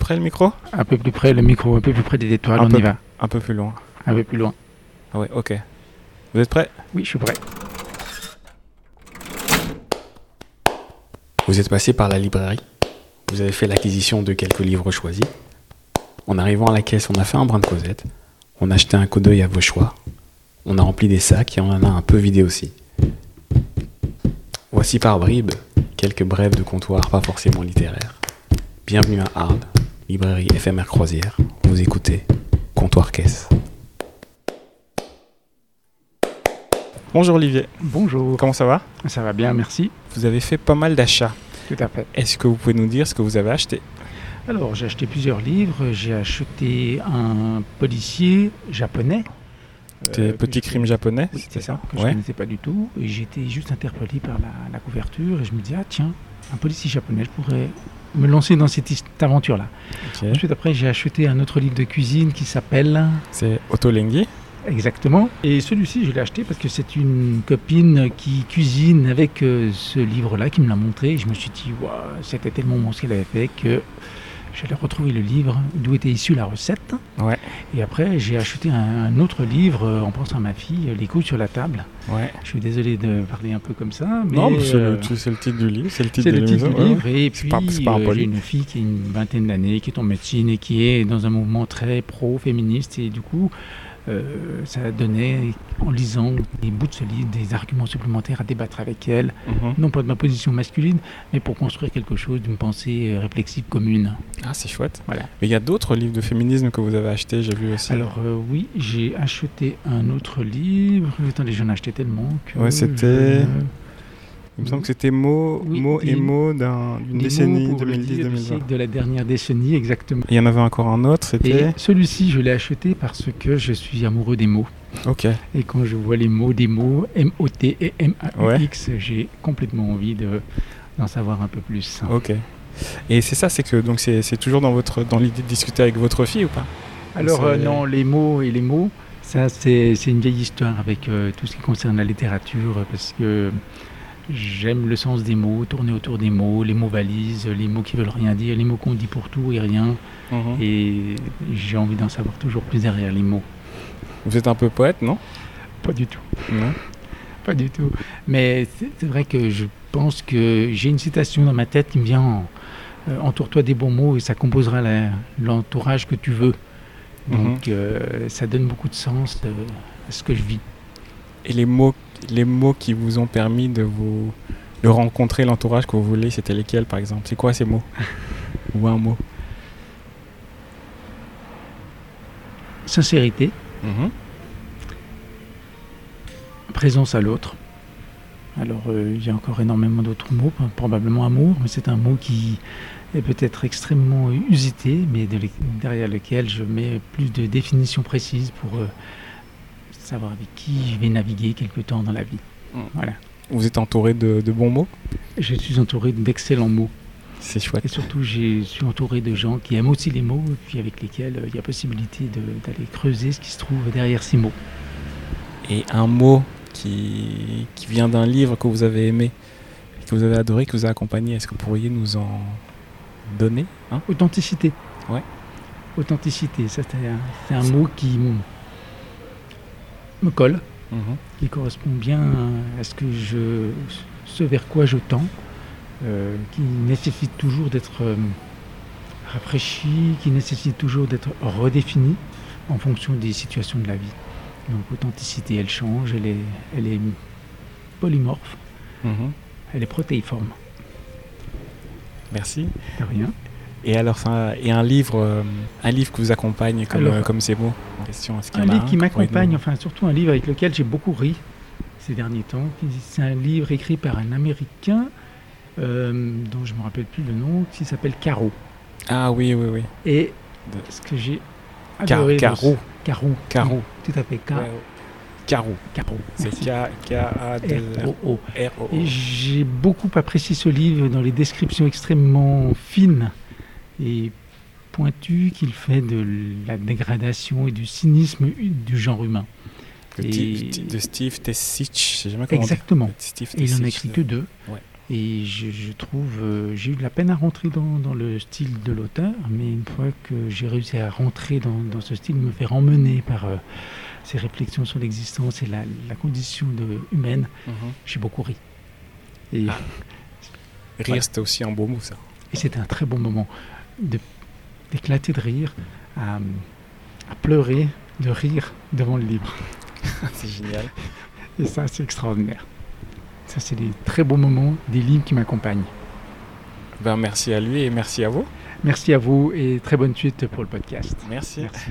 près le micro Un peu plus près le micro, un peu plus près des étoiles, Un on peu- y va. Un peu plus loin. Un peu plus loin. Ah ouais, ok. Vous êtes prêts Oui, je suis prêt. Vous êtes passé par la librairie. Vous avez fait l'acquisition de quelques livres choisis. En arrivant à la caisse, on a fait un brin de Cosette. On a acheté un coup d'œil à vos choix. On a rempli des sacs et on en a un peu vidé aussi. Voici par bribes quelques brèves de comptoir pas forcément littéraires. Bienvenue à Arles, librairie éphémère croisière. Vous écoutez Comptoir Caisse. Bonjour Olivier, Bonjour. comment ça va Ça va bien, merci. Vous avez fait pas mal d'achats. Tout à fait. Est-ce que vous pouvez nous dire ce que vous avez acheté Alors, j'ai acheté plusieurs livres. J'ai acheté un policier japonais. Des euh, que petits je- crimes japonais Oui, c'était c'est ça, que je Ouais. connaissais pas du tout. Et j'étais juste interpellé par la, la couverture et je me dis, ah tiens, un policier japonais, je pourrais me lancer dans cette, his- cette aventure-là. Ok. Ensuite, après, j'ai acheté un autre livre de cuisine qui s'appelle... C'est Otolenghi. Exactement. Et celui-ci, je l'ai acheté parce que c'est une copine qui cuisine avec euh, ce livre-là, qui me l'a montré. Et je me suis dit, Waouh, c'était tellement bon ce qu'elle avait fait que j'allais retrouver le livre d'où était issue la recette. Ouais. Et après, j'ai acheté un, un autre livre euh, en pensant à ma fille, Les couilles sur la table. Ouais. Je suis désolé de parler un peu comme ça, mais non, mais c'est euh, le, tu- c'est le titre du livre. C'est le titre c'est de le titre l'émission, du ouais, livre. Et C'est puis, pas- c'est pas euh, impoli. j'ai une fille qui a une vingtaine d'années, qui est en médecine et qui est dans un mouvement très pro-féministe. Et du coup, euh, ça donnait, en lisant les bouts de ce livre, des arguments supplémentaires à débattre avec elle. ouais. Mhm. Non pas de ma position masculine, mais pour construire quelque chose d'une pensée euh, réflexive commune. Ah, c'est chouette. Voilà. Mais il y a d'autres livres de féminisme que vous avez achetés, j'ai vu aussi. Alors euh, oui, j'ai acheté un autre livre. Attendez, j'en ai acheté tellement que... Ouais, c'était- Il me semble que c'était mots, Oui, mots et des- mots d'un- je- d'une des mots décennie pour le dire du 2010-2020. siècle de la dernière décennie, exactement. Il y en avait encore un autre, Et c'était. celui-ci, je l'ai acheté parce que je suis amoureux des mots. Ok. Et quand je vois les mots des mots, M-O-T et M-A-U-X, j'ai complètement envie de- d'en savoir un peu plus. Ok. Et c'est ça, c'est que donc c'est c'est toujours dans votre dans l'idée de discuter avec votre fille ou pas Alors, c'est- euh, non, les mots et les mots, ça, c'est c'est une vieille histoire avec euh, tout ce qui concerne la littérature, euh, parce que j'aime le sens des mots, tourner autour des mots, les mots valises, les mots qui veulent rien dire, les mots qu'on dit pour tout et rien. Et Et j'ai envie d'en savoir toujours plus derrière les mots. Vous êtes un peu poète, non Pas du tout. Non. Pas du tout. Mais c'est c'est vrai que je pense que j'ai une citation dans ma tête qui me vient en, euh, entoure-toi des bons mots et ça composera la- l'entourage que tu veux. Donc euh, ça donne beaucoup de sens euh, à ce que je vis. Et les mots les mots qui vous ont permis de vous de rencontrer l'entourage que vous voulez, c'était lesquels par exemple C'est quoi ces mots Ou un mot Sincérité, Mhm. présence à l'autre. Alors euh, il y a encore énormément d'autres mots, p- probablement amour, mais c'est un mot qui est peut-être extrêmement usité, mais de le- derrière lequel je mets plus de définitions précises pour euh, savoir avec qui je vais naviguer quelque temps dans la vie. Vous êtes entouré de, de bons mots Je suis entouré d'excellents mots. C'est chouette. Et surtout, j'ai- je suis entouré de gens qui aiment aussi les mots, et puis avec lesquels euh, il y a possibilité de- d'aller creuser ce qui se trouve derrière ces mots. Et un mot qui, qui vient d'un livre que vous avez aimé, que vous avez adoré, que vous a accompagné, est-ce que vous pourriez nous en donner un Authenticité. Ouais. Authenticité, ça, c'est un, c'est un mot qui m- me colle, Mhm. qui correspond bien à ce que je, ce vers quoi je tends, euh, qui nécessite toujours d'être euh, rafraîchi, qui nécessite toujours d'être redéfini en fonction des situations de la vie. Donc authenticité, elle change, elle est, elle est polymorphe, Mhm. elle est protéiforme. Merci. De rien. Et alors, ça, et un livre, euh, un livre que vous accompagne comme, Alors, euh, comme ces mots en question, est-ce qu'il Un y en a livre qui que vous pourriez m'accompagne, nous- enfin surtout un livre avec lequel j'ai beaucoup ri ces derniers temps. C'est un livre écrit par un Américain euh, dont je ne me rappelle plus le nom, qui s'appelle Caro. Ah oui, oui, oui. Et De- ce que j'ai Car- adoré... dans ce- Caro. Caro. Caro. Oui, Tout à fait. Car- Ouais, ouais. Caro. Caro. C'est Merci. K-A-D-R-O. R.O.O.. Et j'ai beaucoup apprécié ce livre dans les descriptions extrêmement fines et pointues qu'il fait de la dégradation et du cynisme du genre humain. De Steve Tessich, je sais jamais comment on dit. Exactement. Steve Et il n'en Tessich, écrit que deux. Ouais. Et je, je trouve, euh, j'ai eu de la peine à rentrer dans, dans le style de l'auteur, mais une fois que j'ai réussi à rentrer dans, dans ce style, me faire emmener par euh, ses réflexions sur l'existence et la, la condition de- humaine, Mhm. j'ai beaucoup ri. Et, Rire, Ouais. c'était aussi un beau mot, ça. et c'était un très bon moment de- d'éclater de rire, à, à pleurer, de rire devant le livre. c'est génial. Et ça, c'est extraordinaire. Ça, c'est des très beaux moments, des livres qui m'accompagnent. Ben, merci à lui et merci à vous. Merci à vous et très bonne suite pour le podcast. Merci. Merci.